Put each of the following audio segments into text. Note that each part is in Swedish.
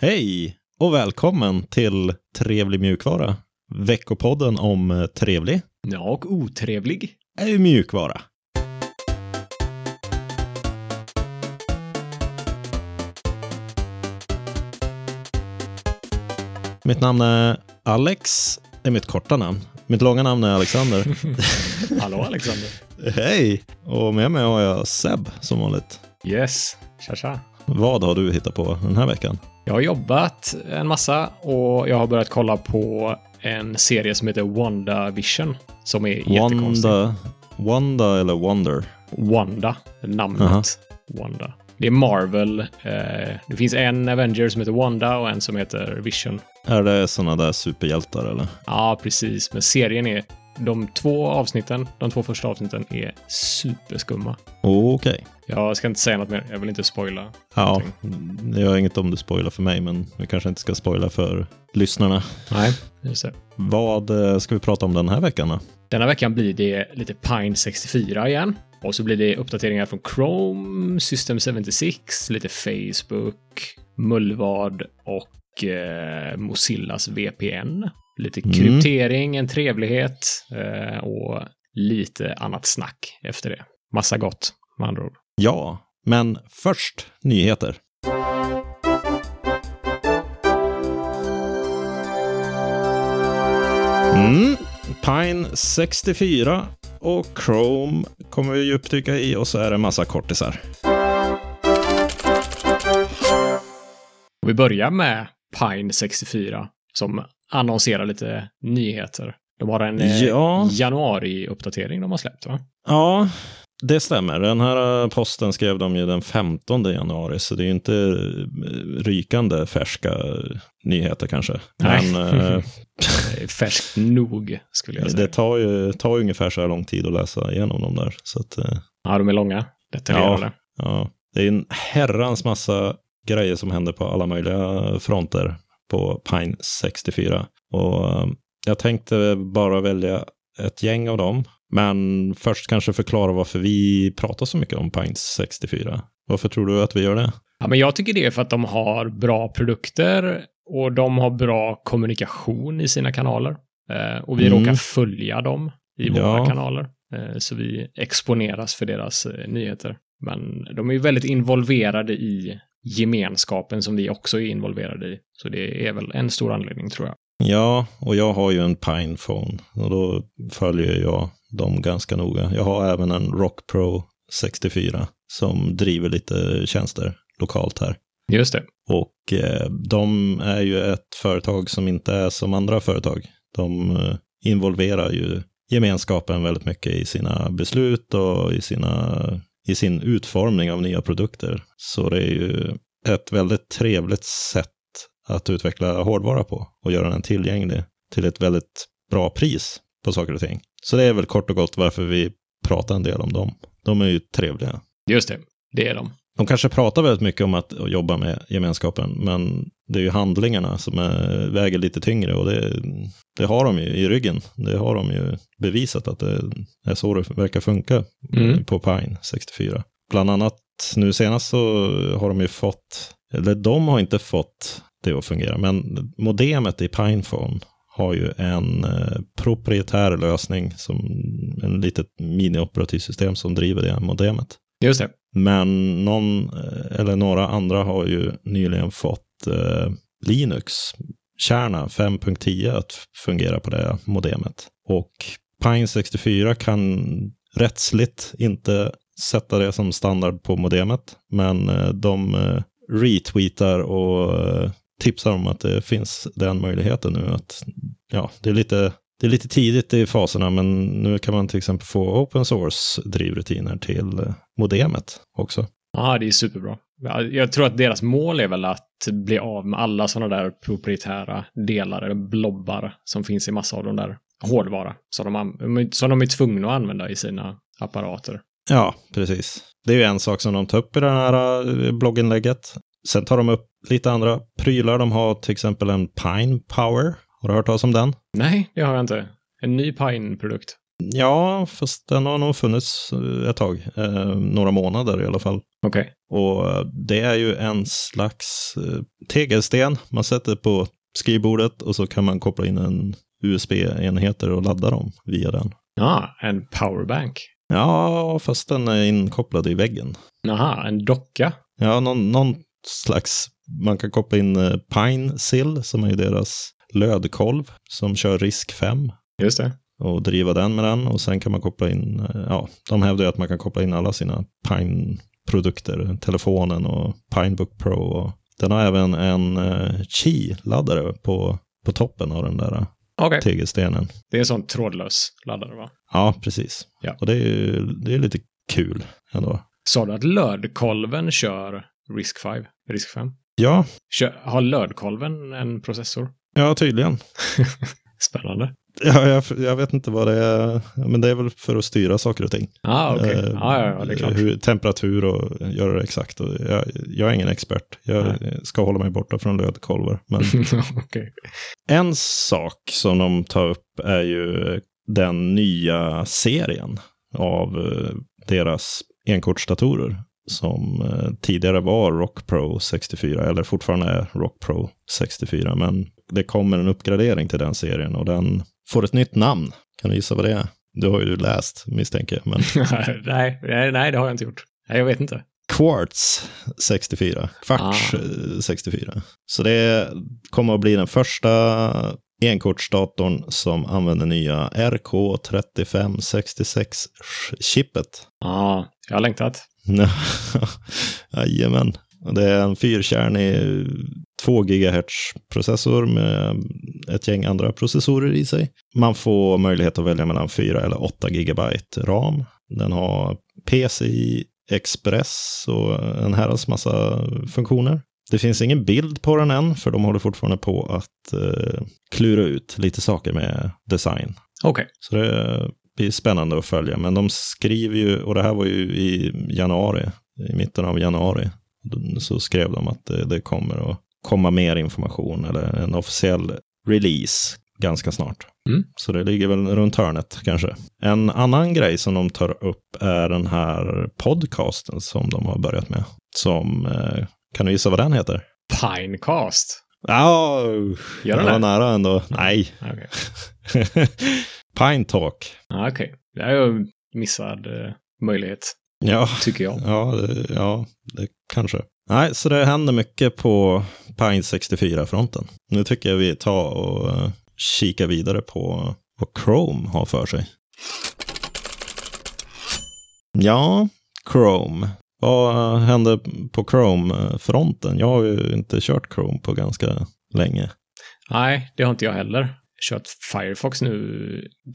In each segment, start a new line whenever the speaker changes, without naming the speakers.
Hej och välkommen till Trevlig mjukvara. Veckopodden om trevlig
Ja, och otrevlig.
är ju mjukvara. Mitt namn är Alex, det är mitt korta namn. Mitt långa namn är Alexander.
Hallå Alexander.
Hej! Och med mig har jag Seb som vanligt.
Yes, tja tja.
Vad har du hittat på den här veckan?
Jag har jobbat en massa och jag har börjat kolla på en serie som heter WandaVision. Som är jättekonstig.
Wanda, Wanda eller Wonder?
Wanda, namnet.
Aha.
Wanda. Det är Marvel. Eh, det finns en Avenger som heter Wanda och en som heter Vision.
Är det sådana där superhjältar eller?
Ja, precis. Men serien är... De två avsnitten, de två första avsnitten är superskumma.
Okej.
Jag ska inte säga något mer. Jag vill inte spoila.
Ja,
någonting.
jag gör inget om du spoilar för mig, men vi kanske inte ska spoila för lyssnarna.
Nej, just det.
Vad eh, ska vi prata om den här veckan då?
Denna veckan blir det lite Pine 64 igen. Och så blir det uppdateringar från Chrome, System 76, lite Facebook, Mullvad och eh, Mozillas VPN. Lite
Mm.
kryptering, en trevlighet eh, och lite annat snack efter det. Massa gott, med andra ord.
Ja, men först nyheter. Mm. Pine 64 och Chrome kommer vi djupdyka i och så är det en massa kortisar.
Och vi börjar med Pine 64 som annonserar lite nyheter. De har en eh,
Ja.
januari-uppdatering de har släppt, va?
Ja, det stämmer. Den här eh, posten skrev de ju den 15 januari, så det är ju inte eh, rykande färska eh, nyheter kanske.
Nej.
Men eh,
Eh, Färskt nog, skulle jag säga.
det tar ju, tar ju ungefär så här lång tid att läsa igenom dem där. Så att, eh,
Ja, de är långa. Detaljerade.
ja. Det är en herrans massa grejer som händer på alla möjliga fronter på Pine 64. Och eh, jag tänkte bara välja ett gäng av dem. Men först kanske förklara varför vi pratar så mycket om Pine 64. Varför tror du att vi gör det?
Ja, men jag tycker det är för att de har bra produkter och de har bra kommunikation i sina kanaler. Eh, och vi
Mm.
råkar följa dem i
Ja.
våra kanaler. Eh, så vi exponeras för deras eh, nyheter. Men de är ju väldigt involverade i gemenskapen som vi också är involverade i. Så det är väl en stor anledning tror jag.
Ja, och jag har ju en Pinephone och då följer jag dem ganska noga. Jag har även en Rock Pro 64 som driver lite tjänster lokalt här.
Just det.
Och eh, de är ju ett företag som inte är som andra företag. De eh, involverar ju gemenskapen väldigt mycket i sina beslut och i, sina, i sin utformning av nya produkter. Så det är ju ett väldigt trevligt sätt att utveckla hårdvara på och göra den tillgänglig till ett väldigt bra pris på saker och ting. Så det är väl kort och gott varför vi pratar en del om dem. De är ju trevliga.
Just det. Det är de.
De kanske pratar väldigt mycket om att jobba med gemenskapen, men det är ju handlingarna som är, väger lite tyngre och det, det har de ju i ryggen. Det har de ju bevisat att det är så det verkar funka
Mm.
på Pine 64. Bland annat nu senast så har de ju fått, eller de har inte fått det att fungera, men modemet i Pinephone har ju en eh, proprietär lösning, som en litet minioperativsystem som driver det modemet.
Just det.
Men någon eh, eller några andra har ju nyligen fått eh, Linux kärna 5.10 att f- fungera på det modemet. Och Pine 64 kan rättsligt inte sätta det som standard på modemet, men eh, de eh, retweetar och eh, tipsar om att det finns den möjligheten nu. Att, ja, det, är lite, det är lite tidigt i faserna, men nu kan man till exempel få open source drivrutiner till eh, modemet också.
Ja, det är superbra. Ja, Jag tror att deras mål är väl att bli av med alla sådana där proprietära delar eller blobbar som finns i massa av de där hårdvara som de, an- som de är tvungna att använda i sina apparater.
Ja, precis. Det är ju en sak som de tar upp i det här eh, blogginlägget. Sen tar de upp lite andra prylar. De har till exempel en Pine Power. Har du hört talas om den?
Nej, det har jag inte. En ny Pine-produkt.
Ja, fast den har nog funnits eh, ett tag. Eh, några månader i alla fall.
Okej.
Och eh, det är ju en slags eh, tegelsten man sätter på skrivbordet och så kan man koppla in en USB-enheter och ladda dem via den.
Ja, en powerbank.
Ja, fast den är inkopplad i väggen.
Aha, en docka.
Ja, någon, någon slags, man kan koppla in eh, Pine Sill som är ju deras lödkolv som kör risk 5
Just det.
och driva den med den och sen kan man koppla in, eh, ja, de hävdar ju att man kan koppla in alla sina Pine-produkter, telefonen och Pinebook Pro och den har även en eh, Qi-laddare på, på toppen av den där eh,
Okej.
tegelstenen.
Det är en sån trådlös laddare, va?
Ja, precis.
Ja.
Och det är ju det är lite kul ändå.
Sa du att lödkolven kör Risk 5? Risk 5?
Ja,
Kör, har lödkolven en processor?
ja tydligen.
Spännande.
Ja, jag, jag vet inte vad det är, men det är väl för att styra saker och ting.
Ah, okej.
Eh,
Ja, ja, ja, det är klart.
Hur, temperatur och göra det exakt. Och jag, jag är ingen expert. Jag ska hålla mig borta från lödkolvar. Men
Okej.
en sak som de tar upp är ju den nya serien av eh, deras enkortsdatorer som eh, tidigare var Rock Pro 64 eller fortfarande är Rock Pro 64. Men det kommer en uppgradering till den serien och den får ett nytt namn. Kan du gissa vad det är? Du har ju läst misstänker jag. Men
nej, nej, nej, det har jag inte gjort. Nej, jag vet inte.
Quartz 64. Kvarts
Ah.
eh, 64. Så det kommer att bli den första enkortsdatorn som använder nya RK3566-chippet.
Ja, jag har längtat.
Jajamän. Och Det är en fyrkärnig 2 GHz-processor med ett gäng andra processorer i sig. Man får möjlighet att välja mellan 4 eller 8 GB ram. Den har PCI Express och en herrans massa funktioner. Det finns ingen bild på den än, för de håller fortfarande på att eh, klura ut lite saker med design.
Okej.
Så det blir spännande att följa. Men de skriver ju, och det här var ju i januari, i mitten av januari, så skrev de att det, det kommer att komma mer information eller en officiell release ganska snart.
Mm.
Så det ligger väl runt hörnet kanske. En annan grej som de tar upp är den här podcasten som de har börjat med. Som, eh, kan du gissa vad den heter?
Pinecast.
Oh,
Gör
det
den
var
det?
nära ändå. Nej.
Okej.
Pine Talk.
Ja, okej. Det här är ju en missad eh, möjlighet,
Ja.
tycker jag.
Ja, det, ja, det kanske. Nej, så det händer mycket på Pine 64-fronten. Nu tycker jag vi tar och eh, kikar vidare på vad Chrome har för sig. Ja, Chrome. Vad hände på Chrome-fronten? Jag har ju inte kört Chrome på ganska länge.
Nej, det har inte jag heller. Kört Firefox nu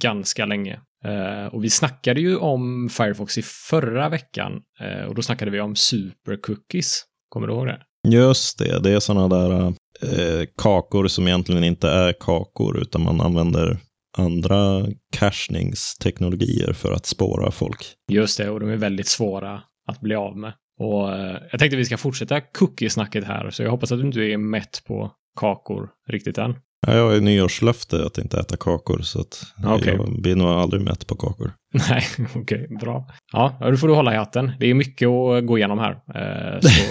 ganska länge. Eh, och vi snackade ju om Firefox i förra veckan eh, och då snackade vi om supercookies. Kommer du ihåg det?
Just det, det är sådana där eh, kakor som egentligen inte är kakor utan man använder andra cachningsteknologier för att spåra folk.
Just det, och de är väldigt svåra att bli av med. Och eh, jag tänkte vi ska fortsätta cookie-snacket här, så jag hoppas att du inte är mätt på kakor riktigt än.
Ja, Jag har ju nyårslöfte att inte äta kakor så att
Ah, Okej.
jag blir nog aldrig mätt på kakor.
Nej, okej, bra. Ja, ja, då får du hålla i hatten. Det är mycket att gå igenom här, eh, så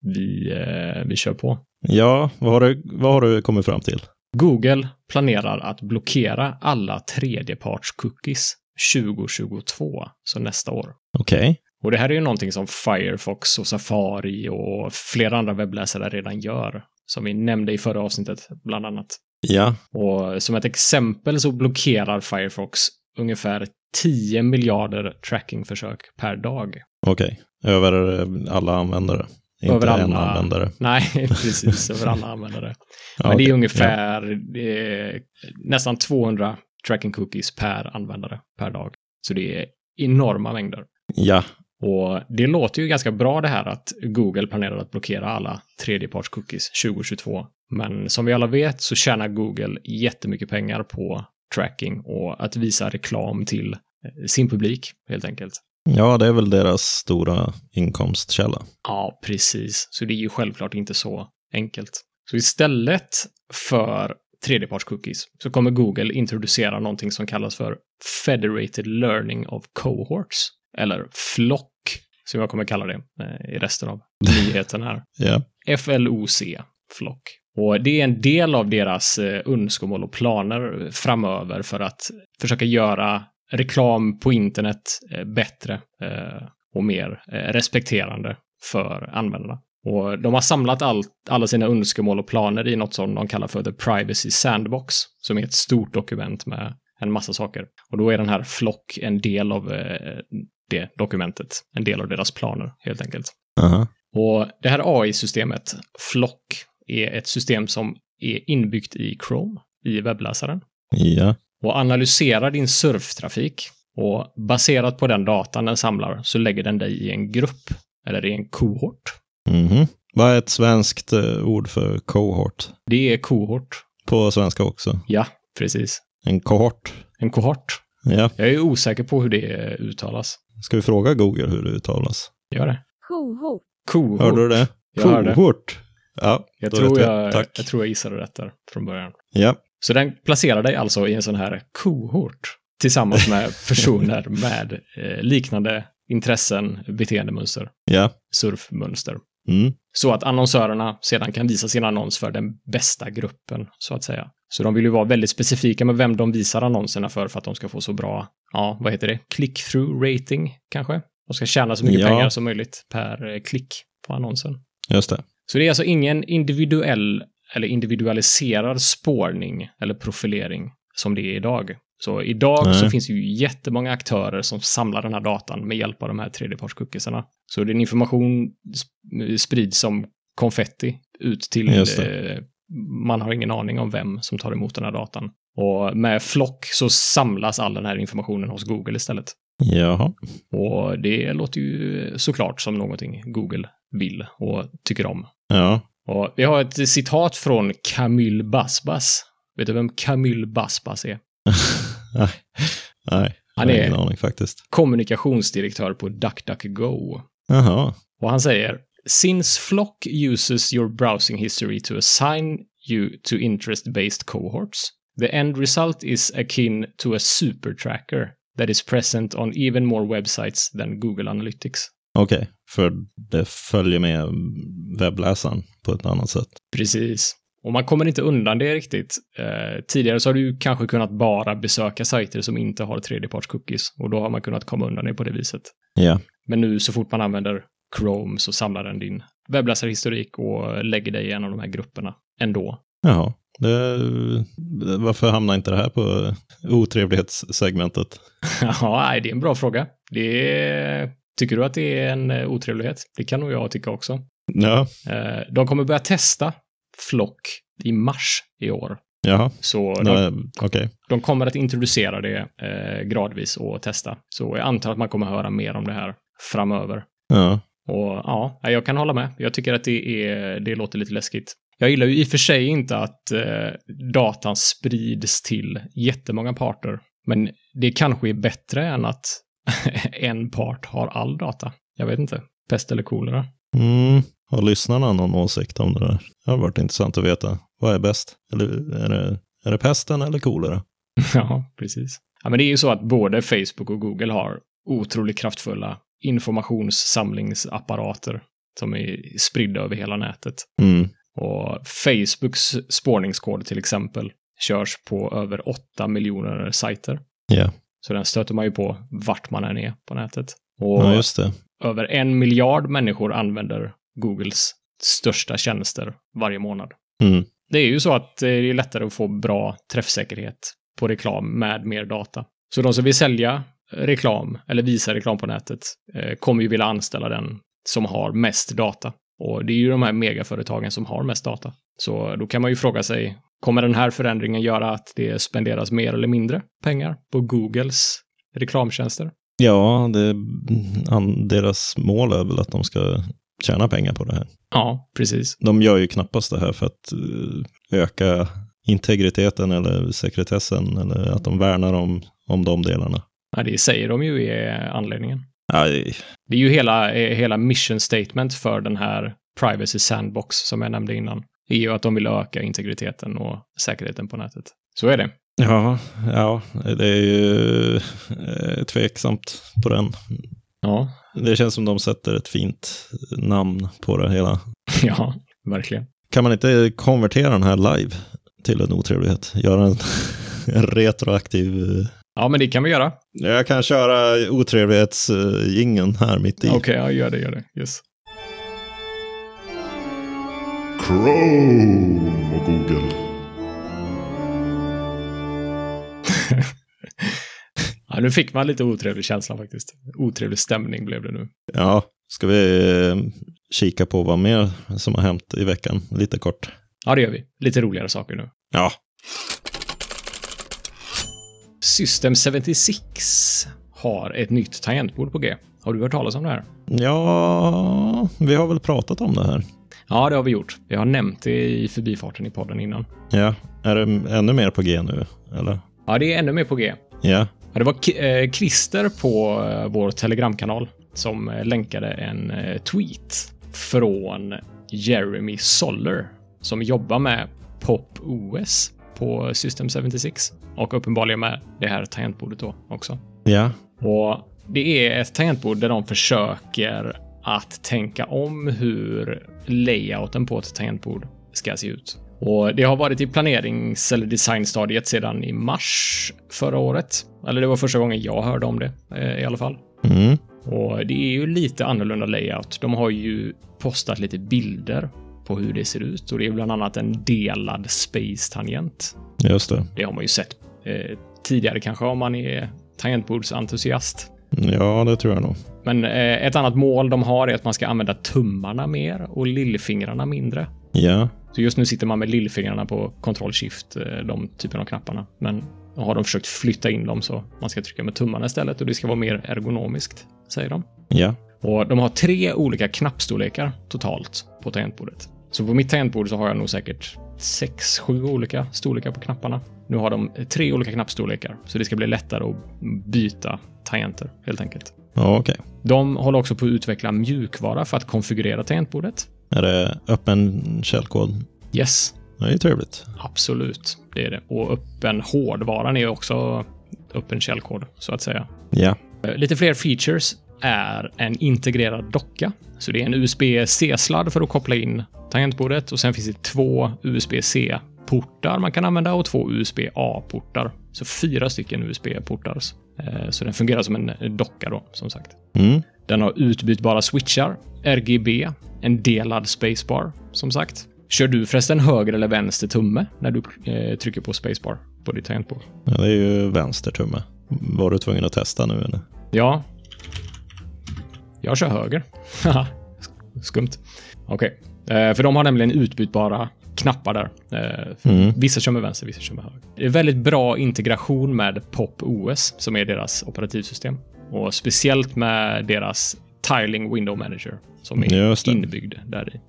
vi, eh, vi kör på.
Ja, vad har du, vad har du kommit fram till?
Google planerar att blockera alla tredjeparts-cookies 2022, så nästa år.
Okej.
Och det här är ju någonting som Firefox och Safari och flera andra webbläsare redan gör, som vi nämnde i förra avsnittet, bland annat.
Ja,
Och som ett exempel så blockerar Firefox ungefär 10 miljarder trackingförsök per dag.
okej. Över eh, alla användare. Inte
Över
en
alla-
användare.
Nej, precis, över alla användare.
Ja,
Men det
okej.
är ungefär eh, nästan 200 tracking cookies per användare per dag. Så det är enorma mängder.
Ja,
Och det låter ju ganska bra det här att Google planerar att blockera alla tredjeparts cookies 2022. Men som vi alla vet så tjänar Google jättemycket pengar på tracking och att visa reklam till eh, sin publik helt enkelt.
ja, det är väl deras stora inkomstkälla.
Ja, precis. Så det är ju självklart inte så enkelt. Så istället för tredjeparts-cookies så kommer Google introducera någonting som kallas för Federated Learning of Cohorts, eller flock, som jag kommer kalla det eh, i resten av nyheten här.
Ja.
FLOC, flock. Och det är en del av deras eh, önskemål och planer framöver för att försöka göra reklam på internet eh, bättre eh, och mer eh, respekterande för användarna. Och de har samlat allt, alla sina önskemål och planer i något som de kallar för The Privacy Sandbox, som är ett stort dokument med en massa saker. Och då är den här flock en del av eh, det dokumentet, en del av deras planer helt enkelt.
Aha.
Och det här AI-systemet, Flock, är ett system som är inbyggt i Chrome, i webbläsaren,
Ja.
och analyserar din surftrafik. Och baserat på den datan den samlar så lägger den dig i en grupp, eller i en kohort.
Mhm. Vad är ett svenskt eh, ord för cohort?
Det är kohort.
På svenska också.
Ja, precis.
En kohort.
En kohort.
Ja.
Jag är osäker på hur det eh, uttalas.
Ska vi fråga Google hur det uttalas?
Gör det.
Kohort.
Kohort.
Hörde du det?
Jag hörde.
Kohort. Ja,
Jag
då
tror
vet
jag,
Tack.
jag tror jag gissade rätt där från början.
Ja.
Så den placerar dig alltså i en sån här kohort tillsammans med personer med eh, liknande intressen, beteendemönster,
Ja.
surfmönster.
Mm.
Så att annonsörerna sedan kan visa sin annons för den bästa gruppen, så att säga. Så de vill ju vara väldigt specifika med vem de visar annonserna för, för att de ska få så bra, ja, vad heter det, click-through rating kanske? De ska tjäna så mycket
Ja.
pengar som möjligt per eh, klick på annonsen.
Just det.
Så det är alltså ingen individuell eller individualiserad spårning eller profilering som det är idag. Så idag
Nej.
så finns det ju jättemånga aktörer som samlar den här datan med hjälp av de här tredjepartscookiesarna. Så din information sp- sprids som konfetti ut till...
Just
Eh, man har ingen aning om vem som tar emot den här datan. Och med flock så samlas all den här informationen hos Google istället.
Jaha.
Och det låter ju såklart som någonting Google vill och tycker om.
Ja.
Och vi har ett citat från Camille Basbas. Vet du vem Camille Basbas är?
Nej. Nej. Jag
Han
har ingen
är
aning faktiskt.
kommunikationsdirektör på DuckDuckGo.
Jaha.
Och han säger “Since Flock uses your browsing history to assign you to interest-based cohorts, the end result is akin to a super tracker that is present on even more websites than Google Analytics.”
Okej. För det följer med webbläsaren på ett annat sätt.
Precis. Och man kommer inte undan det riktigt. Eh, tidigare så har du kanske kunnat bara besöka sajter som inte har tredjeparts-cookies och då har man kunnat komma undan det på det viset.
Ja.
Men nu så fort man använder Chrome så samlar den din webbläsarhistorik och lägger dig i en av de här grupperna ändå.
Jaha. Det, varför hamnar inte det här på otrevlighetssegmentet?
ja, nej, det är en bra fråga. Det är... Tycker du att det är en eh, otrevlighet? Det kan nog jag tycka också.
Ja.
Eh, de kommer börja testa Flock i mars i år.
Jaha.
Så de
Nej, Okej.
De kommer att introducera det eh, gradvis och testa. Så jag antar att man kommer höra mer om det här framöver.
Ja.
Och ja, nej, jag kan hålla med. Jag tycker att det, är, det låter lite läskigt. Jag gillar ju i och för sig inte att eh, datan sprids till jättemånga parter. Men det kanske är bättre än att en part har all data. Jag vet inte. Pest eller kolera.
Mm. Har lyssnarna någon åsikt om det där? Det har varit intressant att veta. Vad är bäst? Eller är det, är det pesten eller kolera?
Ja, precis. Ja, men det är ju så att både Facebook och Google har otroligt kraftfulla informationssamlingsapparater som är spridda över hela nätet.
Mm.
Och Facebooks spårningskod till exempel körs på över 8 miljoner sajter.
Ja.
Så den stöter man ju på vart man än är på nätet. Och
Ja, just det.
över en miljard människor använder Googles största tjänster varje månad.
Mm.
Det är ju så att eh, det är lättare att få bra träffsäkerhet på reklam med mer data. Så de som vill sälja reklam eller visa reklam på nätet eh, kommer ju vilja anställa den som har mest data. Och det är ju de här megaföretagen som har mest data. Så då kan man ju fråga sig, kommer den här förändringen göra att det spenderas mer eller mindre pengar på Googles reklamtjänster?
Ja, det, an, deras mål är väl att de ska tjäna pengar på det här.
Ja, precis.
De gör ju knappast det här för att eh, öka integriteten eller sekretessen eller att de värnar om, om de delarna.
Ja, det säger de ju är anledningen.
Nej,
Det är ju hela, eh, hela mission statement för den här privacy sandbox som jag nämnde innan. är ju att de vill öka integriteten och säkerheten på nätet. Så är det.
Ja, ja, det är ju eh, tveksamt på den.
Ja,
Det känns som de sätter ett fint namn på det hela.
ja, verkligen.
Kan man inte konvertera den här live till en otrevlighet? Göra en, en retroaktiv... eh, ja,
Ja, men det kan vi göra.
Jag kan köra otrevlighetsgingen här mitt i.
Okej, ja, gör det, gör det. Yes.
Chrome och Google.
Ja, nu fick man lite otrevlig känsla faktiskt. Otrevlig stämning blev det nu.
Ja, ska vi eh, kika på vad mer som har hänt i veckan? Lite kort.
Ja, det gör vi. Lite roligare saker nu.
Ja,
System 76 har ett nytt tangentbord på G. Har du hört talas om det här?
ja vi har väl pratat om det här.
Ja, det har vi gjort. Jag har nämnt det i förbifarten i podden innan.
Ja, är det ännu mer på G nu? Eller?
Ja, det är ännu mer på G.
Ja,
Ja, det var K- eh, Christer på eh, vår telegramkanal som eh, länkade en eh, tweet från Jeremy Soller som jobbar med Pop OS på System 76 och uppenbarligen med det här tangentbordet då också.
ja,
Och det är ett tangentbord där de försöker att tänka om hur layouten på ett tangentbord ska se ut. Och det har varit i planerings eller designstadiet sedan i mars förra året. Eller det var första gången jag hörde om det eh, i alla fall.
mm.
Och det är ju lite annorlunda layout. De har ju postat lite bilder på hur det ser ut och det är bland annat en delad space-tangent.
just det.
Det har man ju sett eh, tidigare kanske om man är tangentbordsentusiast.
Ja, det tror jag nog.
Men eh, ett annat mål de har är att man ska använda tummarna mer och lillfingrarna mindre.
Ja,
Så just nu sitter man med lillfingrarna på Ctrl Shift, eh, de typen av knapparna. Men har de försökt flytta in dem så man ska trycka med tummarna istället och det ska vara mer ergonomiskt, säger de.
ja,
Och de har tre olika knappstorlekar totalt på tangentbordet. Så på mitt tangentbord så har jag nog säkert sex, sju olika storlekar på knapparna. Nu har de tre olika knappstorlekar, så det ska bli lättare att byta tangenter helt enkelt.
ja okej.
De håller också på att utveckla mjukvara för att konfigurera tangentbordet.
Är det öppen källkod?
Yes,
Det är ju trevligt.
absolut. Det är det. Och öppen hårdvaran är också öppen källkod, så att säga.
Ja,
Eh, Lite fler features är en integrerad docka. Så det är en USB-C-sladd för att koppla in tangentbordet och sen finns det två USB-C-portar man kan använda och två USB-A-portar. Så fyra stycken USB-portar. Eh, Så den fungerar som en docka då, som sagt.
mm.
Den har utbytbara switchar, RGB, en delad spacebar, som sagt. Kör du förresten höger eller vänster tumme när du eh, trycker på spacebar på ditt tangentbord?
ja, det är ju vänster tumme. Var du tvungen att testa nu eller?
Ja. Jag kör höger. Haha, sk- Skumt. Okej. Eh, för de har nämligen utbytbara knappar där. Eh, för
Mm.
Vissa kör med vänster, vissa kör med höger. Det är väldigt bra integration med Pop OS, som är deras operativsystem. Och speciellt med deras Tiling Window Manager, som
Just
är
det. Mm.
inbyggd där i.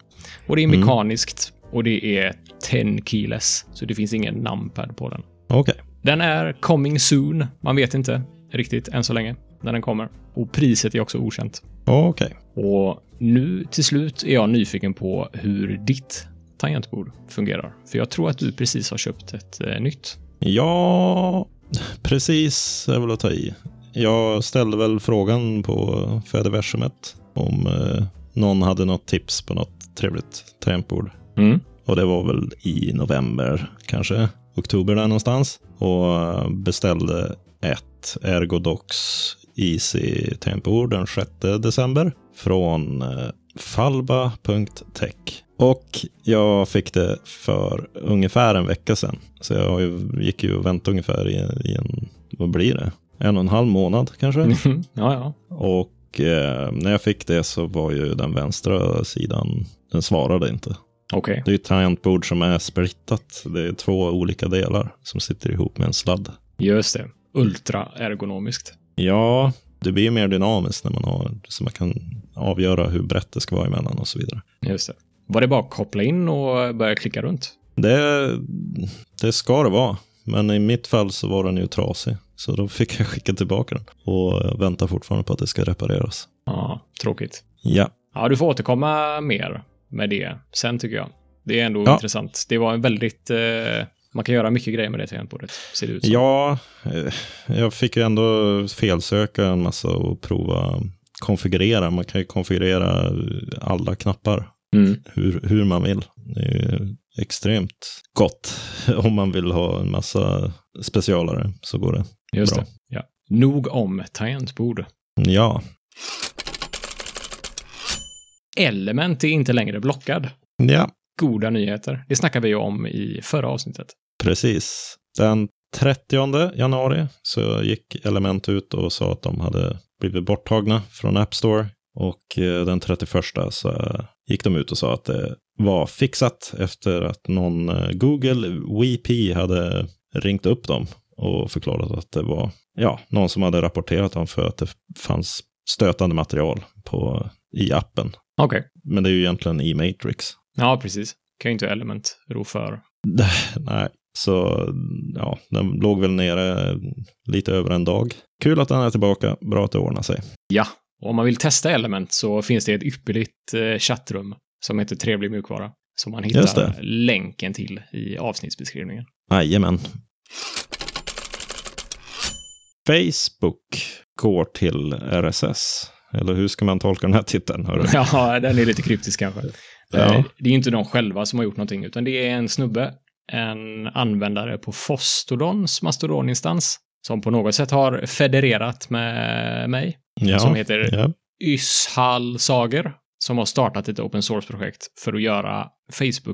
Och det är mekaniskt och det är 10 keyless, så det finns ingen numpad på den.
Okej.
Den är coming soon. Man vet inte riktigt än så länge när den kommer. Och priset är också okänt.
Okej.
Och nu till slut är jag nyfiken på hur ditt tangentbord fungerar. För jag tror att du precis har köpt ett eh, nytt.
Ja, precis är väl att ta i. Jag ställde väl frågan på Fediversumet om eh, någon hade något tips på något trevligt tangentbord. Och det var väl i november, kanske oktober där någonstans. Och eh, beställde ett Ergodox IC tangentbord den 6 december från eh, falba.tech. Och jag fick det för ungefär en vecka sedan. Så jag har ju, gick ju och väntade ungefär i, i en, vad blir det? En och en halv månad kanske.
ja, ja.
Och eh, när jag fick det så var ju den vänstra sidan, den svarade inte.
Okej.
Det är ett tangentbord som är splittat. Det är två olika delar som sitter ihop med en sladd.
Just det. Ultra ergonomiskt.
Ja, det blir mer dynamiskt när man har, så man kan avgöra hur brett det ska vara emellan och så vidare.
Just det. Var det bara att koppla in och börja klicka runt?
Det, det ska det vara, men i mitt fall så var den ju trasig. Så då fick jag skicka tillbaka den och väntar fortfarande på att det ska repareras.
Ja, tråkigt.
Ja,
Ja, du får återkomma mer med det sen tycker jag. Det är ändå
Ja.
intressant. Det var en väldigt... Eh, man kan göra mycket grejer med det tangentbordet, ser det ut som.
Ja, eh, jag fick ju ändå felsöka en massa och prova konfigurera. Man kan ju konfigurera alla knappar
Mm.
hur, hur man vill. Det är ju extremt gott om man vill ha en massa specialare så går det.
Just
Bra.
det. Ja. Nog om tangentbord.
Ja,
Element är inte längre blockad.
ja
Goda nyheter. Det snackade vi ju om i förra avsnittet.
precis. Den 30 januari så gick Element ut och sa att de hade blivit borttagna från App Store. Och eh, den 31 så gick de ut och sa att det var fixat efter att någon eh, Google WP hade ringt upp dem och förklarat att det var ja, någon som hade rapporterat dem för att det fanns stötande material på, i appen.
Okej.
Men det är ju egentligen i Matrix.
Ja, precis. Kan ju inte element ro för.
Nej, så ja, den låg väl nere lite över en dag. Kul att den är tillbaka, bra att det ordnar sig.
Ja. Och om man vill testa element så finns det ett ypperligt eh, chattrum som heter Trevlig mjukvara. Som man
Just
hittar
det.
länken till i avsnittsbeskrivningen.
Jajamän. Facebook går till RSS. Eller hur ska man tolka den här titeln? Hörru?
Ja, den är lite kryptisk kanske.
Ja.
Eh, Det är ju inte de själva som har gjort någonting, utan det är en snubbe, en användare på Fostodons Mastodon-instans, som på något sätt har federerat med mig, som
Ja,
heter
ja,
Yshal Sager, som har startat ett open source-projekt för att göra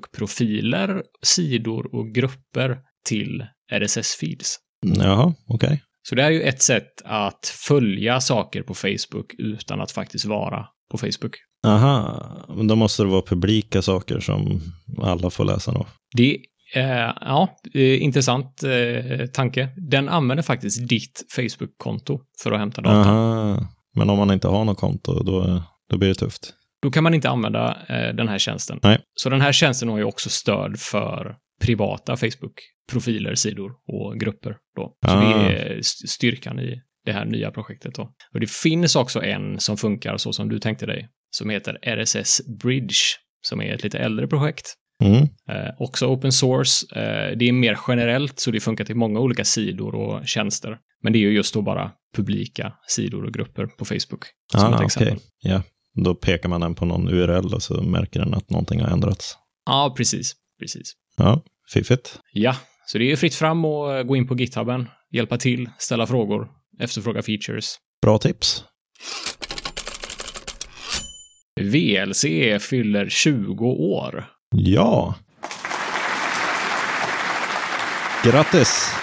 Facebook-profiler, sidor och grupper till RSS-feeds.
jaha, okej.
Så det här är ju ett sätt att följa saker på Facebook utan att faktiskt vara på Facebook.
Aha, men då måste det vara publika saker som alla får läsa då.
Det eh, ja, eh, intressant eh, tanke. Den använder faktiskt ditt Facebook-konto för att hämta data.
Aha. Men om man inte har något konto, då, då blir det tufft.
Då kan man inte använda eh, den här tjänsten.
Nej.
Så den här tjänsten har ju också stöd för privata Facebook-profiler, sidor och grupper. Då. Så
Ah.
det är st- styrkan i det här nya projektet. Då. Och det finns också en som funkar så som du tänkte dig, som heter RSS Bridge, som är ett lite äldre projekt.
Mm.
Eh, också open source. Eh, det är mer generellt, så det funkar till många olika sidor och tjänster. Men det är ju just då bara publika sidor och grupper på Facebook. Som
Ah,
ett exempel.
okej. Ja, då pekar man den på någon URL och så märker den att någonting har ändrats.
Ja, precis. precis.
Ja, fiffigt.
Ja, så det är ju fritt fram och gå in på GitHuben, hjälpa till, ställa frågor, efterfråga features.
Bra tips.
VLC fyller 20 år.
Ja. Grattis!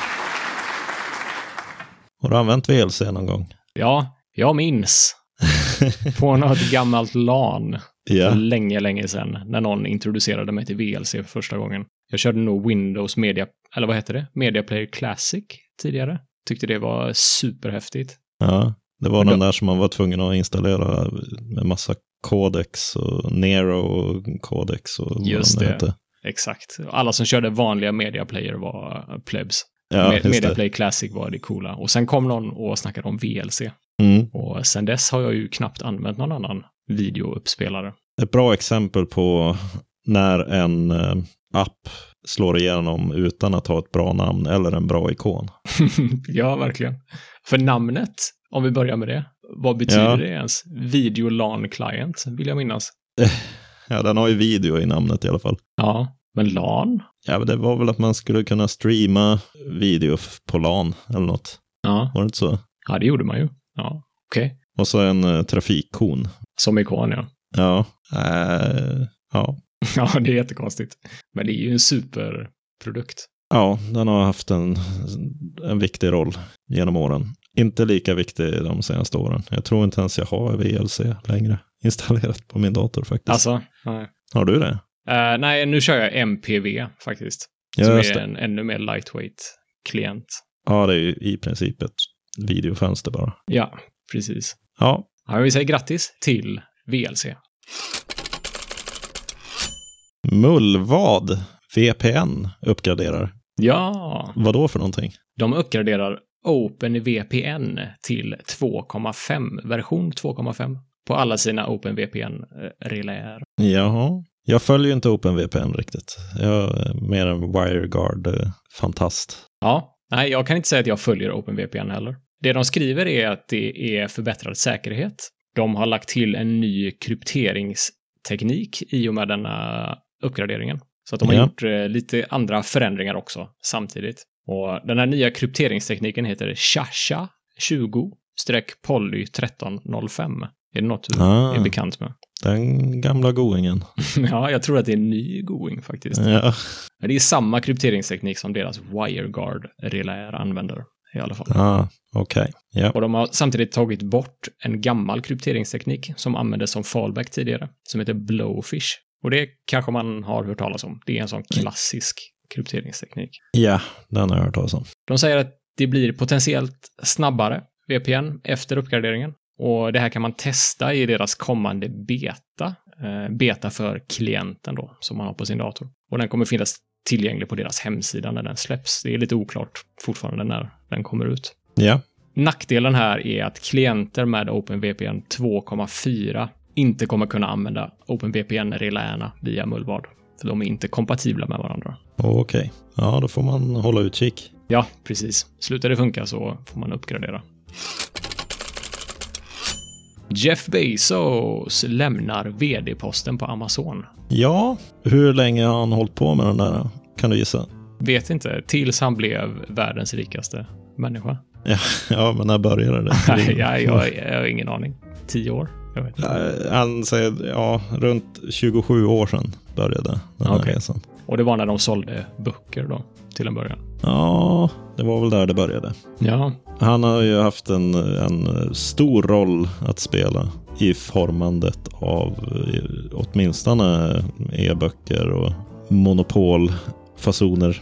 Har du använt VLC någon gång?
Ja, jag minns. På något gammalt LAN. för
Ja.
länge, länge sedan när någon introducerade mig till VLC för första gången. Jag körde nog Windows Media, eller vad heter det? Media Player Classic tidigare. Tyckte det var superhäftigt.
ja. Det var
Men
den där som man var tvungen att installera med massa kodex och Nero och kodex och vad
Just
de
det.
hette.
Exakt. Alla som körde vanliga Media Player var eh, plebs.
Ja,
Me-
just
Media
det.
Player Classic var det coola. Och sen kom någon och snackade om VLC.
Mm.
Och sen dess har jag ju knappt använt någon annan videouppspelare.
Ett bra exempel på när en eh, app slår igenom utan att ha ett bra namn eller en bra ikon.
ja, verkligen. För namnet, om vi börjar med det, vad betyder
Ja.
det ens? Video LAN Client, vill jag minnas.
Ja, den har ju video i namnet i alla fall.
Ja, men LAN?
Ja, men det var väl att man skulle kunna streama video f- på LAN eller något.
Ja,
Var det inte så?
ja det gjorde man ju. Ja, okej.
Och så en eh, trafikkon.
Som ikon, ja.
Ja. Eh, ja.
ja, det är jättekonstigt. Men det är ju en superprodukt.
ja, den har haft en, en viktig roll genom åren. Inte lika viktig de senaste åren. Jag tror inte ens jag har VLC längre installerat på min dator faktiskt.
Alltså, nej.
Har du det?
Eh, nej, nu kör jag MPV faktiskt.
Ja,
som
just
är
det.
en ännu mer lightweight klient.
Ja, det är ju i princip ett videofönster bara.
Ja, precis.
Ja,
Ja, men vi säger grattis till VLC.
Mullvad VPN uppgraderar.
Ja,
Vad då för någonting?
de uppgraderar OpenVPN till eh, 2.5, version 2.5 på alla sina OpenVPN-reläer.
Jaha, Jag följer ju inte OpenVPN riktigt. Jag är mer en eh, WireGuard-fantast.
Ja, nej, jag kan inte säga att jag följer OpenVPN heller. Det de skriver är att det är förbättrad säkerhet. De har lagt till en ny krypteringsteknik i och med denna uppgraderingen. Så att de har
Ja.
gjort eh, lite andra förändringar också samtidigt. Och den här nya krypteringstekniken heter Shasha 20-poly1305. Är det något du är
Ah,
bekant med?
den gamla goingen.
ja, jag tror att det är en ny going faktiskt.
Ja.
Men det är samma krypteringsteknik som deras WireGuard Relär använder i alla fall.
Ah, Okej. Ja.
Och de har samtidigt tagit bort en gammal krypteringsteknik som användes som fallback tidigare, som heter Blowfish. Och det kanske man har hört talas om. Det är en sån klassisk krypteringsteknik.
ja, den har jag hört talas om.
De säger att det blir potentiellt snabbare VPN efter uppgraderingen. Och det här kan man testa i deras kommande beta. Eh, beta för klienten då, som man har på sin dator. Och den kommer finnas tillgänglig på deras hemsida när den släpps. Det är lite oklart fortfarande när den kommer ut.
Ja,
Nackdelen här är att klienter med OpenVPN 2.4 inte kommer kunna använda OpenVPN-reläerna via Mullvad. För de är inte kompatibla med varandra.
okej. Ja, då får man hålla utkik.
Ja, precis. Slutar det funka så får man uppgradera. Jeff Bezos lämnar vd-posten på Amazon.
Ja, hur länge har han hållit på med den där? Kan du gissa?
Vet inte, tills han blev världens rikaste människa.
Ja, ja men när började det?
Nej, jag, jag, jag har ingen aning. Tio år? Jag vet inte.
Eh, Han säger, ja, runt 27 år sedan började den här
Okej.
resan.
Och det var när de sålde böcker då, till en början.
Ja, det var väl där det började.
Ja,
Han har ju haft en, en stor roll att spela i formandet av eh, åtminstone e-böcker och monopolfasoner.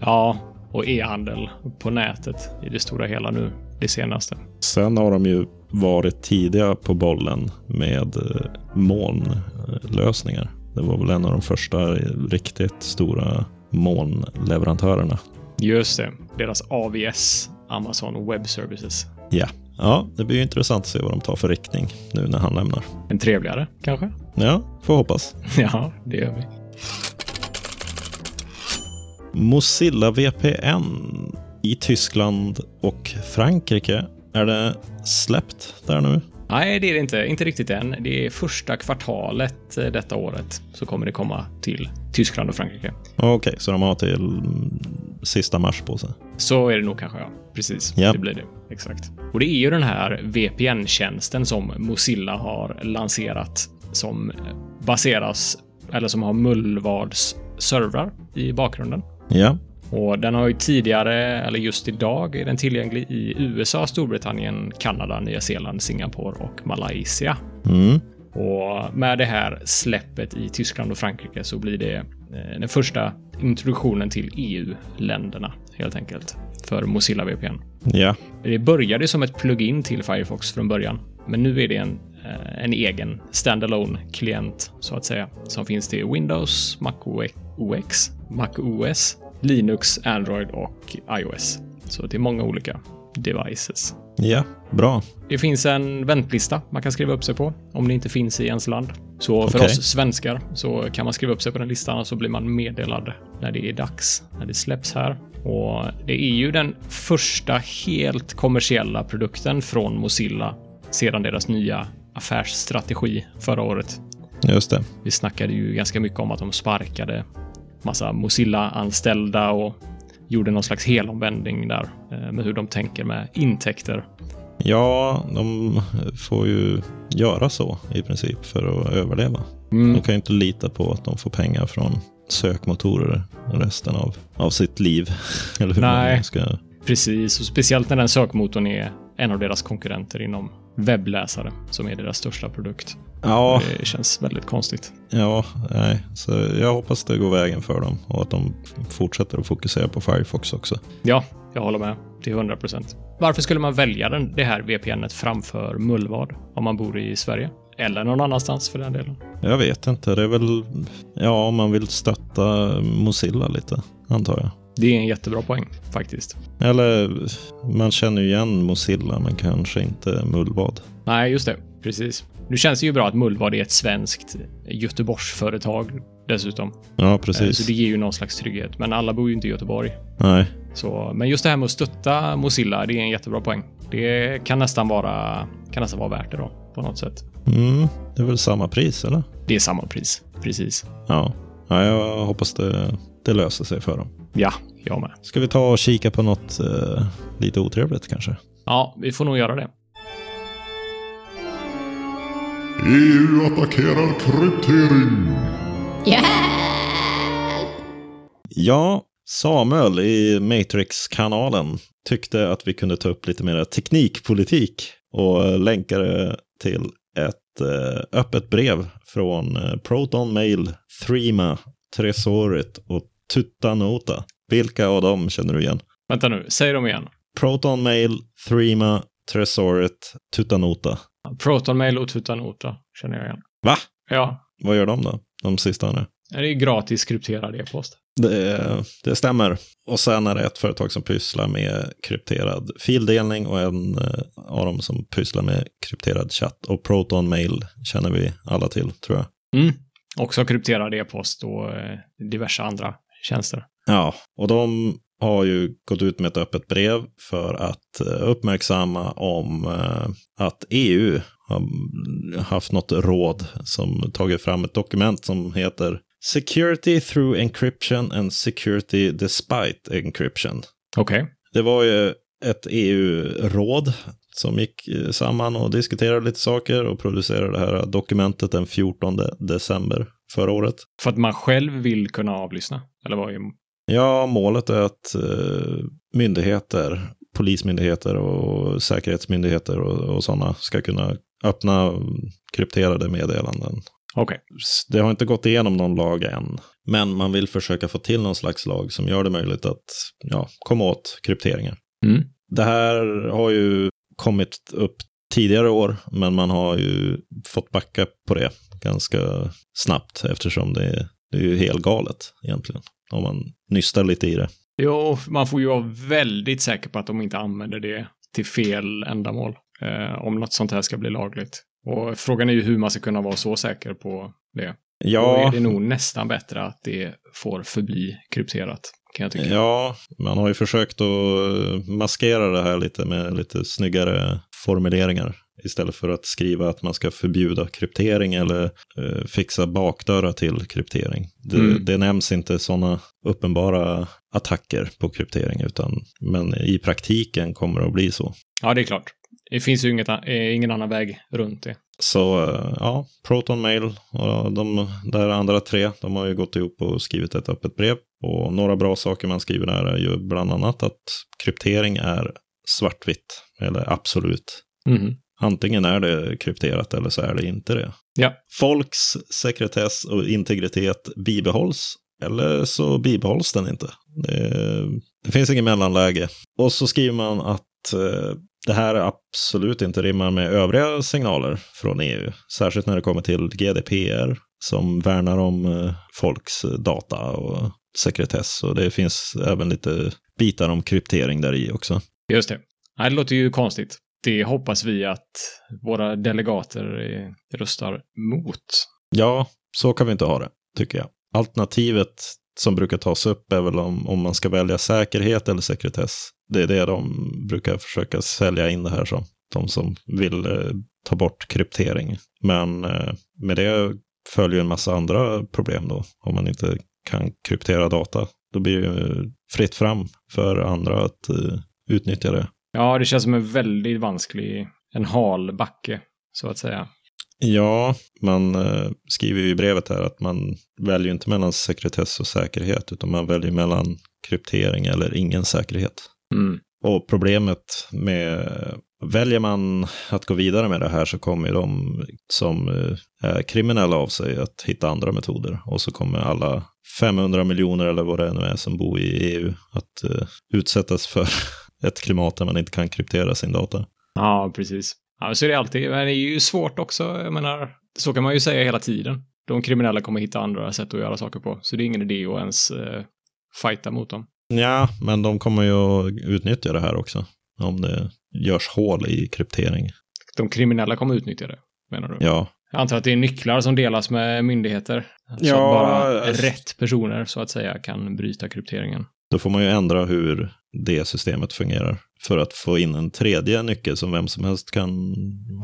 Ja, och e-handel på nätet i det stora hela nu, det senaste.
Sen har de ju varit tidiga på bollen med eh, molnlösningar. Det var väl en av de första eh, riktigt stora molnleverantörerna.
Just det, deras AVS, Amazon Web Services.
Ja. ja, det blir ju intressant att se vad de tar för riktning nu när han lämnar.
En trevligare, kanske?
Ja, får hoppas.
Ja, det gör vi.
Mozilla VPN i Tyskland och Frankrike. Är det släppt där nu?
Nej, det är det inte. Inte riktigt än. Det är första kvartalet eh, detta året så kommer det komma till Tyskland och Frankrike.
Okej, så de har till mm, sista mars på sig.
Så är det nog kanske, ja. Precis,
Ja.
det blir det. Exakt. Och det är ju den här VPN-tjänsten som Mozilla har lanserat som baseras, eller som har Mullvads servrar i bakgrunden.
Ja,
Och den har ju tidigare, eller just idag, är den tillgänglig i USA, Storbritannien, Kanada, Nya Zeeland, Singapore och Malaysia.
mm.
Och med det här släppet i Tyskland och Frankrike så blir det eh, den första introduktionen till EU-länderna helt enkelt för Mozilla VPN.
ja,
Det började som ett plugin till Firefox från början, men nu är det en, eh, en egen standalone klient så att säga som finns till Windows, Mac OX, Mac OS, Linux, Android och iOS. Så det är många olika devices.
ja, bra.
Det finns en väntlista man kan skriva upp sig på om det inte finns i ens land. Så för
Okej.
oss svenskar så kan man skriva upp sig på den listan och så blir man meddelad när det är dags, när det släpps här. Och det är ju den första helt kommersiella produkten från Mozilla sedan deras nya affärsstrategi förra året.
Just det.
Vi snackade ju ganska mycket om att de sparkade massa Mozilla-anställda och gjorde någon slags helomvändning där eh, med hur de tänker med intäkter
Ja, de får ju göra så i princip för att överleva. De kan ju inte lita på att de får pengar från sökmotorer resten av, av sitt liv. Eller hur
Nej.
man nu ska...
Precis, och speciellt när den sökmotorn är en av deras konkurrenter inom webbläsare, som är deras största produkt.
Ja,
Det känns väldigt konstigt.
Ja, nej. Så jag hoppas det går vägen för dem och att de fortsätter att fokusera på Firefox också.
Ja, jag håller med till 100 procent. Varför skulle man välja den, det här VPNet framför Mullvad om man bor i Sverige? Eller någon annanstans för den delen.
Jag vet inte, det är väl... Ja, om man vill stötta Mozilla lite, antar jag.
Det är en jättebra poäng faktiskt.
Eller, man känner ju igen Mozilla, men kanske inte Mullvad.
Nej, just det. precis. Nu känns det ju bra att Mullvad är ett svenskt Göteborgsföretag dessutom.
Ja,
Eh,
precis.
Så det ger ju någon slags trygghet. Men alla bor ju inte i Göteborg.
Nej.
Så, men just det här med att stötta Mozilla, det är en jättebra poäng. Det kan nästan vara, kan nästan vara värt det då, på något sätt.
Mm, det är väl samma pris, eller?
Det är samma pris, precis.
Ja, ja jag hoppas det, det löser sig för dem.
Ja, jag med.
Ska vi ta och kika på något eh, lite otrevligt kanske?
Ja, vi får nog göra det.
EU E attackerar kryptering.
Ja, Samuel i Matrix-kanalen tyckte att vi kunde ta upp lite mer teknikpolitik och eh, länkade till ett eh, öppet brev från eh, Proton Mail, Threema, Tresorit och Tutanota. Vilka av dem känner du igen?
Vänta nu, säg dem igen.
Proton Mail, Threema, Tresorit, Tutanota.
Protonmail och Tutanota känner jag igen.
Va?
Ja,
Vad gör de då? De sista nu?
det är gratis krypterad e-post.
Det, det stämmer. Och sen är det ett företag som pysslar med krypterad fildelning och en eh, av dem som pysslar med krypterad chatt. Och Proton Mail känner vi alla till, tror jag.
Mm. Också krypterad e-post och eh, diverse andra tjänster.
Ja, och de har ju gått ut med ett öppet brev för att eh, uppmärksamma om eh, att EU har haft något råd som tagit fram ett dokument som heter Security through encryption and security despite encryption.
Okej.
Det var ju ett EU-råd som gick eh, samman och diskuterade lite saker och producerade det här dokumentet den 14 december förra året.
För att man själv vill kunna avlyssna. Eller vad är...
Ja, målet är att eh, myndigheter, polismyndigheter och säkerhetsmyndigheter och, och sådana ska kunna öppna mm, krypterade meddelanden.
Okej.
S- Det har inte gått igenom någon lag än, men man vill försöka få till någon slags lag som gör det möjligt att ja, komma åt krypteringar.
Mm.
Det här har ju kommit upp tidigare år, men man har ju fått backa på det ganska snabbt eftersom det är, det är ju helt galet egentligen. Om man nystar lite i det.
Jo, man får ju vara väldigt säker på att de inte använder det till fel ändamål. Eh, om något sånt här ska bli lagligt. Och frågan är ju hur man ska kunna vara så säker på det. Då är
Ja,
det nog nästan bättre att det får förbli krypterat, kan jag tycka.
ja, man har ju försökt att eh, maskera det här lite med lite snyggare formuleringar. Istället för att skriva att man ska förbjuda kryptering eller eh, fixa bakdörrar till kryptering. Det,
Mm.
det nämns inte sådana uppenbara attacker på kryptering, utan, men i praktiken kommer det att bli så.
Ja, det är klart. Det finns ju inget, an- eh, ingen annan väg runt det.
Så eh, ja, Proton Mail och de där andra tre, de har ju gått ihop och skrivit ett öppet brev. Och några bra saker man skriver där är ju bland annat att kryptering är svartvitt, eller absolut. Antingen är det krypterat eller så är det inte det.
Ja.
Folks sekretess och integritet bibehålls, eller så bibehålls den inte. Det, det finns ingen mellanläge. Och så skriver man att eh, det här absolut inte rimmar med övriga signaler från EU, särskilt när det kommer till GDPR som värnar om eh, folks data och sekretess. Och det finns även lite bitar om kryptering där i också.
Just det. Nej, det låter ju konstigt. Det hoppas vi att våra delegater eh, röstar mot.
Ja, så kan vi inte ha det, tycker jag. Alternativet som brukar tas upp är väl om, om man ska välja säkerhet eller sekretess. Det är det de brukar försöka sälja in det här som. De som vill eh, ta bort kryptering. Men eh, med det följer en massa andra problem då. Om man inte kan kryptera data. Då blir det ju fritt fram för andra att eh, utnyttja det.
Ja, det känns som en väldigt vansklig, en hal backe, så att säga.
Ja, man eh, skriver ju i brevet här att man väljer ju inte mellan sekretess och säkerhet, utan man väljer mellan kryptering eller ingen säkerhet.
Mm.
Och problemet med, väljer man att gå vidare med det här så kommer ju de som eh, är kriminella av sig att hitta andra metoder. Och så kommer alla 500 miljoner eller vad det nu är som bor i EU att eh, utsättas för ett klimat där man inte kan kryptera sin data.
Ja, precis. Ja, men så är det alltid. Men det är ju svårt också. Jag menar, så kan man ju säga hela tiden. De kriminella kommer hitta andra sätt att göra saker på, så det är ingen idé att ens eh, fighta mot dem.
Ja, men de kommer ju att utnyttja det här också. Om det görs hål i kryptering.
De kriminella kommer utnyttja det. menar du?
Ja,
Jag antar att det är nycklar som delas med myndigheter. Så
Ja,
att bara
alltså-
rätt personer så att säga kan bryta krypteringen.
då får man ju ändra hur det systemet fungerar för att få in en tredje nyckel som vem som helst kan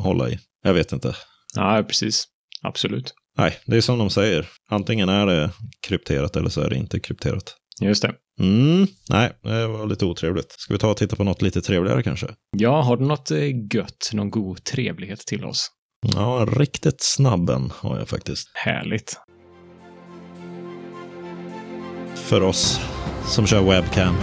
hålla i. Jag vet inte.
Ja, precis. Absolut.
Nej, det är som de säger. Antingen är det krypterat eller så är det inte krypterat.
Just det.
Mm, nej, det var lite otrevligt. Ska vi ta och titta på något lite trevligare kanske?
Ja, har du något eh, gött, någon god trevlighet till oss?
Ja, riktigt snabben har jag faktiskt.
Härligt.
För oss som kör webcam.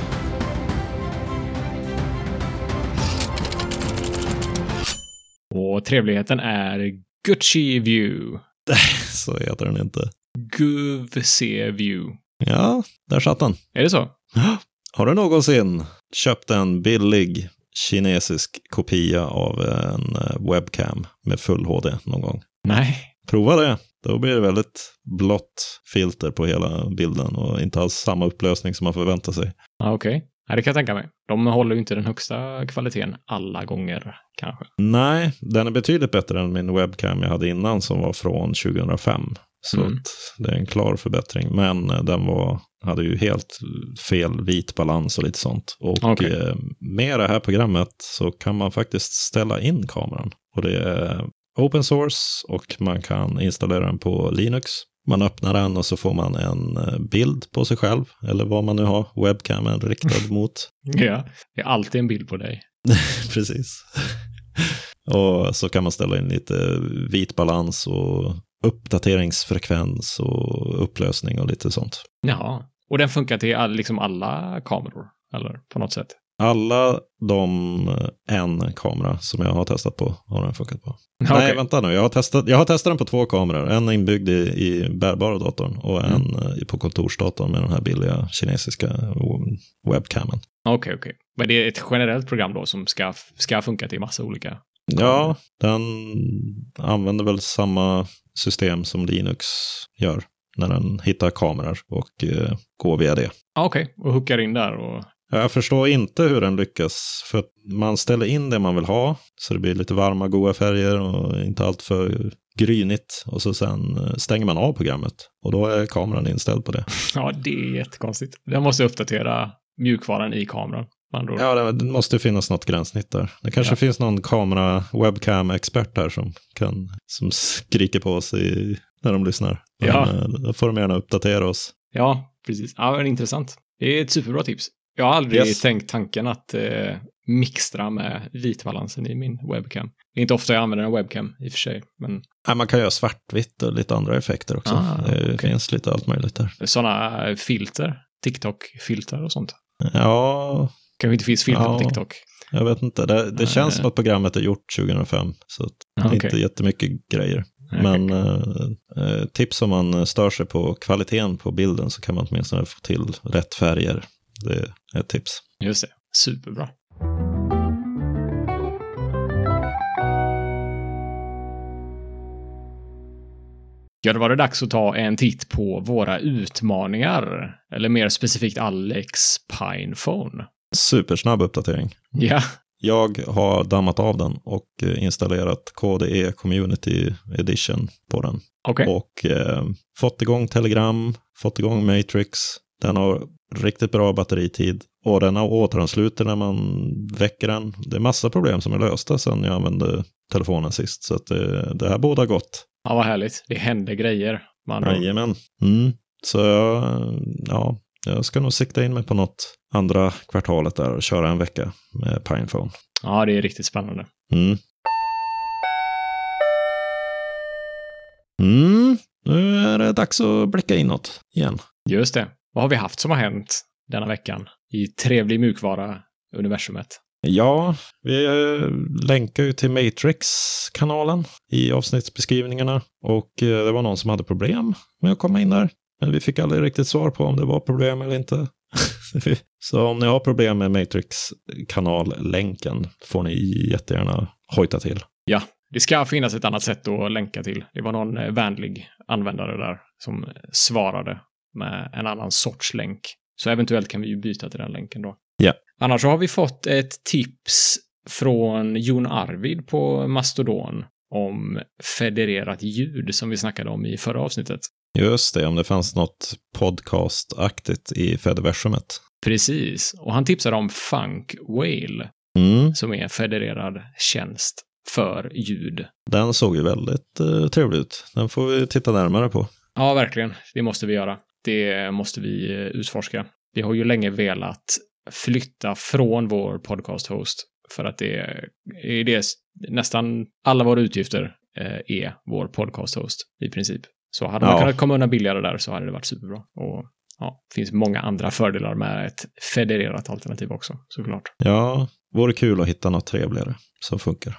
Och trevligheten är Gucci View.
Så heter den inte.
Guvc View.
Ja, där satt den.
Är det så?
Har du någonsin köpt en billig kinesisk kopia av en eh, webcam med full HD någon gång?
Nej.
Prova det. Då blir det väldigt blått filter på hela bilden och inte alls samma upplösning som man förväntar sig.
Ja, okej. Ja, det kan jag tänka mig. De håller ju inte den högsta kvaliteten alla gånger, kanske.
Nej, den är betydligt bättre än min webcam jag hade innan som var från 2005. Så
Mm.
att det är en klar förbättring. Men eh, den var, hade ju helt fel vit balans och lite sånt. Och
Okej.
eh, med det här programmet så kan man faktiskt ställa in kameran. Och det är open source och man kan installera den på Linux. Man öppnar den och så får man en eh, bild på sig själv, eller vad man nu har webcamen riktad mot.
Ja. Det är alltid en bild på dig.
Precis. och så kan man ställa in lite vit balans och uppdateringsfrekvens och upplösning och lite sånt.
Ja. Och den funkar till all, liksom alla kameror, eller på något sätt.
Alla de eh, en kamera som jag har testat på har den funkat på. Nej,
Okej.
vänta nu. Jag har, testat, jag har testat den på två kameror. En inbyggd i, i bärbara datorn och
Mm.
en eh, på kontorsdatorn med den här billiga kinesiska we- webcamen.
Okej, okej. Men det är ett generellt program då som ska, ska funka till massa olika.
Ja, den använder väl samma system som Linux gör när den hittar kameror och eh, går via det.
Ja, Okej, och hookar in där och...
Jag förstår inte hur den lyckas, för att man ställer in det man vill ha, så det blir lite varma, goda färger och inte allt för grynigt. Och så sen eh, stänger man av programmet och då är kameran inställd på det.
Ja, det är jättekonstigt. Den måste uppdatera mjukvaran i kameran. med andra ord.
Ja, det det måste finnas något gränssnitt där. Det kanske
Ja.
finns någon kamera, webcam-expert här som, kan, som skriker på oss i, när de lyssnar. Men,
Ja.
eh, Då får de gärna uppdatera oss.
Ja, precis. Ja, men intressant. Det är ett superbra tips. Jag har aldrig
Yes.
tänkt tanken att eh, mixtra med vitbalansen i min webcam. Det är inte ofta jag använder en webcam i och för sig, men
Nej, man kan göra svartvitt och lite andra effekter också.
Ah,
det
okej.
finns lite allt möjligt där.
sådana filter, TikTok-filter och sånt.
Ja,
Kanske inte finns filter
Ja.
på TikTok.
jag vet inte. Det, det
Nej.
känns som att programmet är gjort 2005. Så att det är
Okej.
inte jättemycket grejer.
Okej.
Men eh, eh, tips om man stör sig på kvaliteten på bilden så kan man åtminstone få till rätt färger. Det är ett tips.
Just det. Superbra. Ja, då var det dags att ta en titt på våra utmaningar. Eller mer specifikt Alex Pinephone.
Supersnabb uppdatering.
Ja,
Jag har dammat av den och eh, installerat KDE Community Edition på den.
okej.
Och eh, fått igång Telegram, fått igång Matrix. Den har riktigt bra batteritid och den har återansluter när man väcker den. Det är massa problem som är lösta sedan jag använde telefonen sist. Så att det, det här båda gott.
Ja, vad härligt. Det händer grejer. Man
Jajamän. Mm. Så jag, ja, jag ska nog sikta in mig på något andra kvartalet där och köra en vecka med Pinephone.
ja, det är riktigt spännande.
Mm. Mm. Nu är det dags att blicka inåt igen.
Just det. Vad har vi haft som har hänt denna veckan i trevlig mjukvara-universumet?
Ja, vi eh, länkar ju till Matrix-kanalen i avsnittsbeskrivningarna. Och eh, det var någon som hade problem med att komma in där. Men vi fick aldrig riktigt svar på om det var problem eller inte. Så om ni har problem med Matrix-kanallänken får ni jättegärna hojta till.
Det ska finnas ett annat sätt att länka till. Det var någon eh, vänlig användare där som eh, svarade med en annan sorts länk. Så eventuellt kan vi ju byta till den länken då.
Ja.
Annars så har vi fått ett tips från Jon Arvid på Mastodon om federerat ljud som vi snackade om i förra avsnittet.
Just det, om det fanns något podcastaktigt i Fediversumet.
Precis, och han tipsade om Funk Whale
Mm,
som är en federerad tjänst för ljud.
den såg ju väldigt eh, trevlig ut. Den får vi titta närmare på.
Ja, verkligen. Det måste vi göra. Det måste vi eh, utforska. Vi har ju länge velat flytta från vår podcast-host för att det är det s- nästan alla våra utgifter eh, är vår podcast-host i princip. Så hade man
Ja.
kunnat komma undan billigare där så hade det varit superbra. Och ja, det finns många andra fördelar med ett federerat alternativ också, såklart.
Ja, vore kul att hitta något trevligare som funkar.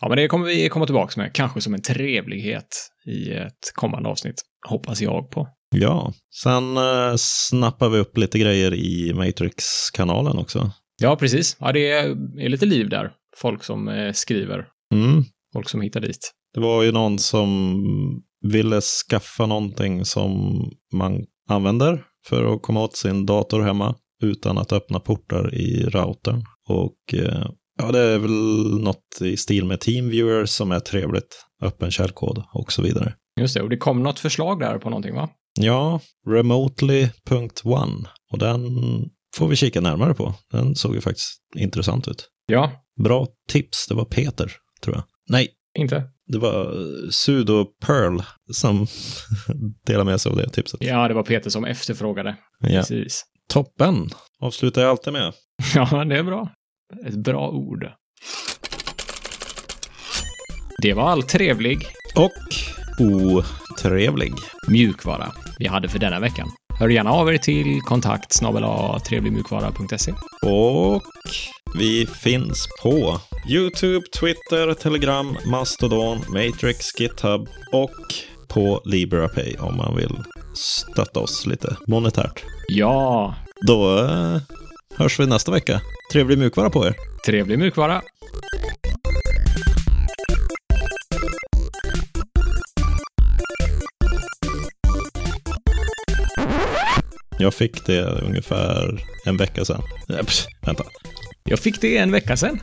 Ja, men det kommer vi komma tillbaka med, kanske som en trevlighet i ett kommande avsnitt, hoppas jag på.
Ja, sen eh, snappar vi upp lite grejer i Matrix-kanalen också.
Ja, precis. Ja, det är lite liv där. Folk som eh, skriver,
Mm,
folk som hittar dit.
Det var ju någon som ville skaffa någonting som man använder för att komma åt sin dator hemma utan att öppna portar i routern. Och eh, ja, det är väl något i stil med TeamViewer som är trevligt. Öppen källkod och så vidare.
Just det, och det kom något förslag där på någonting, va?
Ja, remotely.one och den får vi kika närmare på. Den såg ju faktiskt intressant ut.
Ja,
Bra tips, det var Peter, tror jag. Nej,
inte.
det var eh, Sudo Pearl som delade med sig av det tipset.
Ja, det var Peter som efterfrågade.
Ja.
Precis.
Toppen! Avslutar jag alltid med.
Ja, det är bra. Ett bra ord. Det var allt trevlig
Och otrevlig.
mjukvara vi hade för denna veckan. Hör gärna av er till kontakt snabel a trevligmjukvara.se.
Och vi finns på YouTube, Twitter, Telegram, Mastodon, Matrix, GitHub och på LibraPay om man vill stötta oss lite monetärt.
Ja,
Då eh, hörs vi nästa vecka. Trevlig mjukvara på er!
trevlig mjukvara.
Jag fick det ungefär en vecka sedan. Nej, pff, vänta.
Jag fick det en vecka sedan.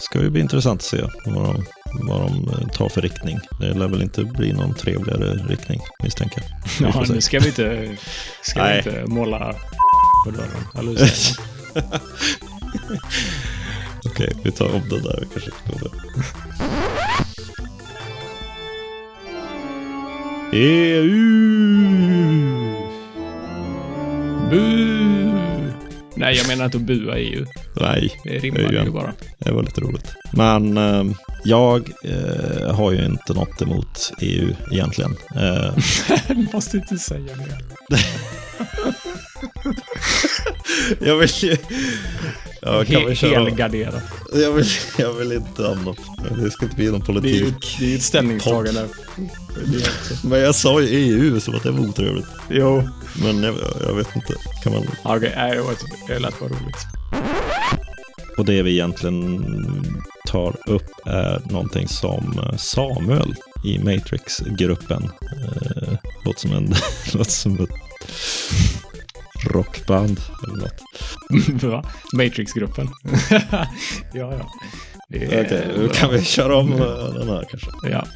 ska ju bli intressant att se vad de, vad de eh, tar för riktning. Det lär väl inte bli någon trevligare riktning, misstänker jag. Vi får
Ja,
se.
nu ska vi inte, ska vi
Nej.
inte måla på dörren. Eller hur säger man?
Okej, vi tar om det där. Vi kanske inte kommer. E EU!
Bu! Nej, jag menar inte att bua EU.
Nej,
Det
Det
rimmar
är ju
ju
en-
bara.
det var lite roligt. Men eh, jag eh, har ju inte något emot EU egentligen. Eh,
Du måste inte säga det.
jag vill ju... Ja, kan vi
He-
köra...
Helgardera.
Jag vill, jag vill inte hamna... Det ska inte bli någon
Det är ju
politik.
det är ju ett ställningstagande.
Men jag sa ju EU som att det var otrevligt.
Jo.
Men jag, jag vet inte. Kan man...
Okej, nej, det var- det lät bara roligt.
Och det vi egentligen tar upp är någonting som eh, Samuel i Matrix-gruppen. Eh, låter som en... låter som ett rockband eller något.
Va? Matrix-gruppen. ja, ja. Det
Okej,
är-
nu kan vi köra om eh, den här kanske.
Ja.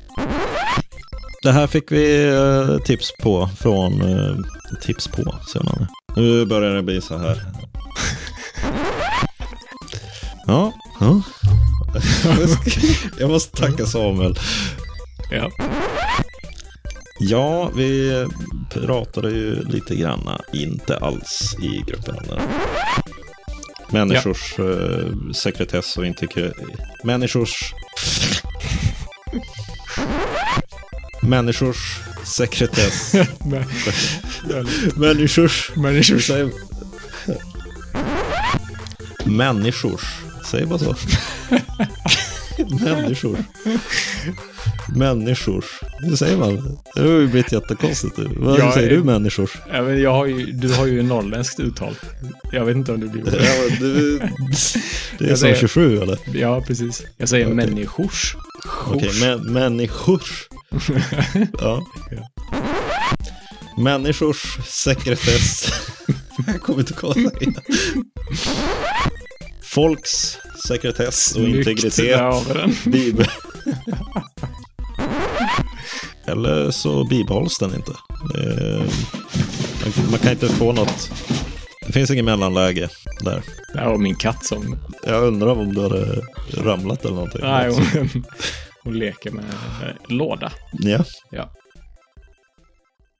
Det här fick vi eh, tips på från... eh, Tips på, säger man. Nu börjar det bli så här. Ja. ja. Jag måste tacka Samuel.
ja.
Ja, vi pratade ju lite granna, inte alls i gruppen om det. Människors eh, sekretess och inte kö... Människors... Människors sekretess.
Men,
Människors...
människor
Säg... Människors. Säg bara så. Människor. Människors. Hur säger man? Det har ju blivit jättekonstigt. nu. Vad
Jag
säger
är-
du människors?
Ja, men jag har ju, du har ju norrländskt uttal. Jag vet inte om du blir...
det, är
Jag
som
säger-
27 eller?
Ja, precis. Jag säger människors.
Okej,
Skors.
mä- människors. Ja.
Ja.
Människors sekretess. Jag kommer inte kolla igen. Folks sekretess och
Snyggt
integritet.
där har vi den.
Bib- Eller så bibehålls den inte. Eh, man- Man kan inte få något. Det finns inget mellanläge där.
Det här var min katt som...
Jag undrar om du hade ramlat eller någonting.
Nej, hon, hon leker med eh, låda.
Ja.
Ja.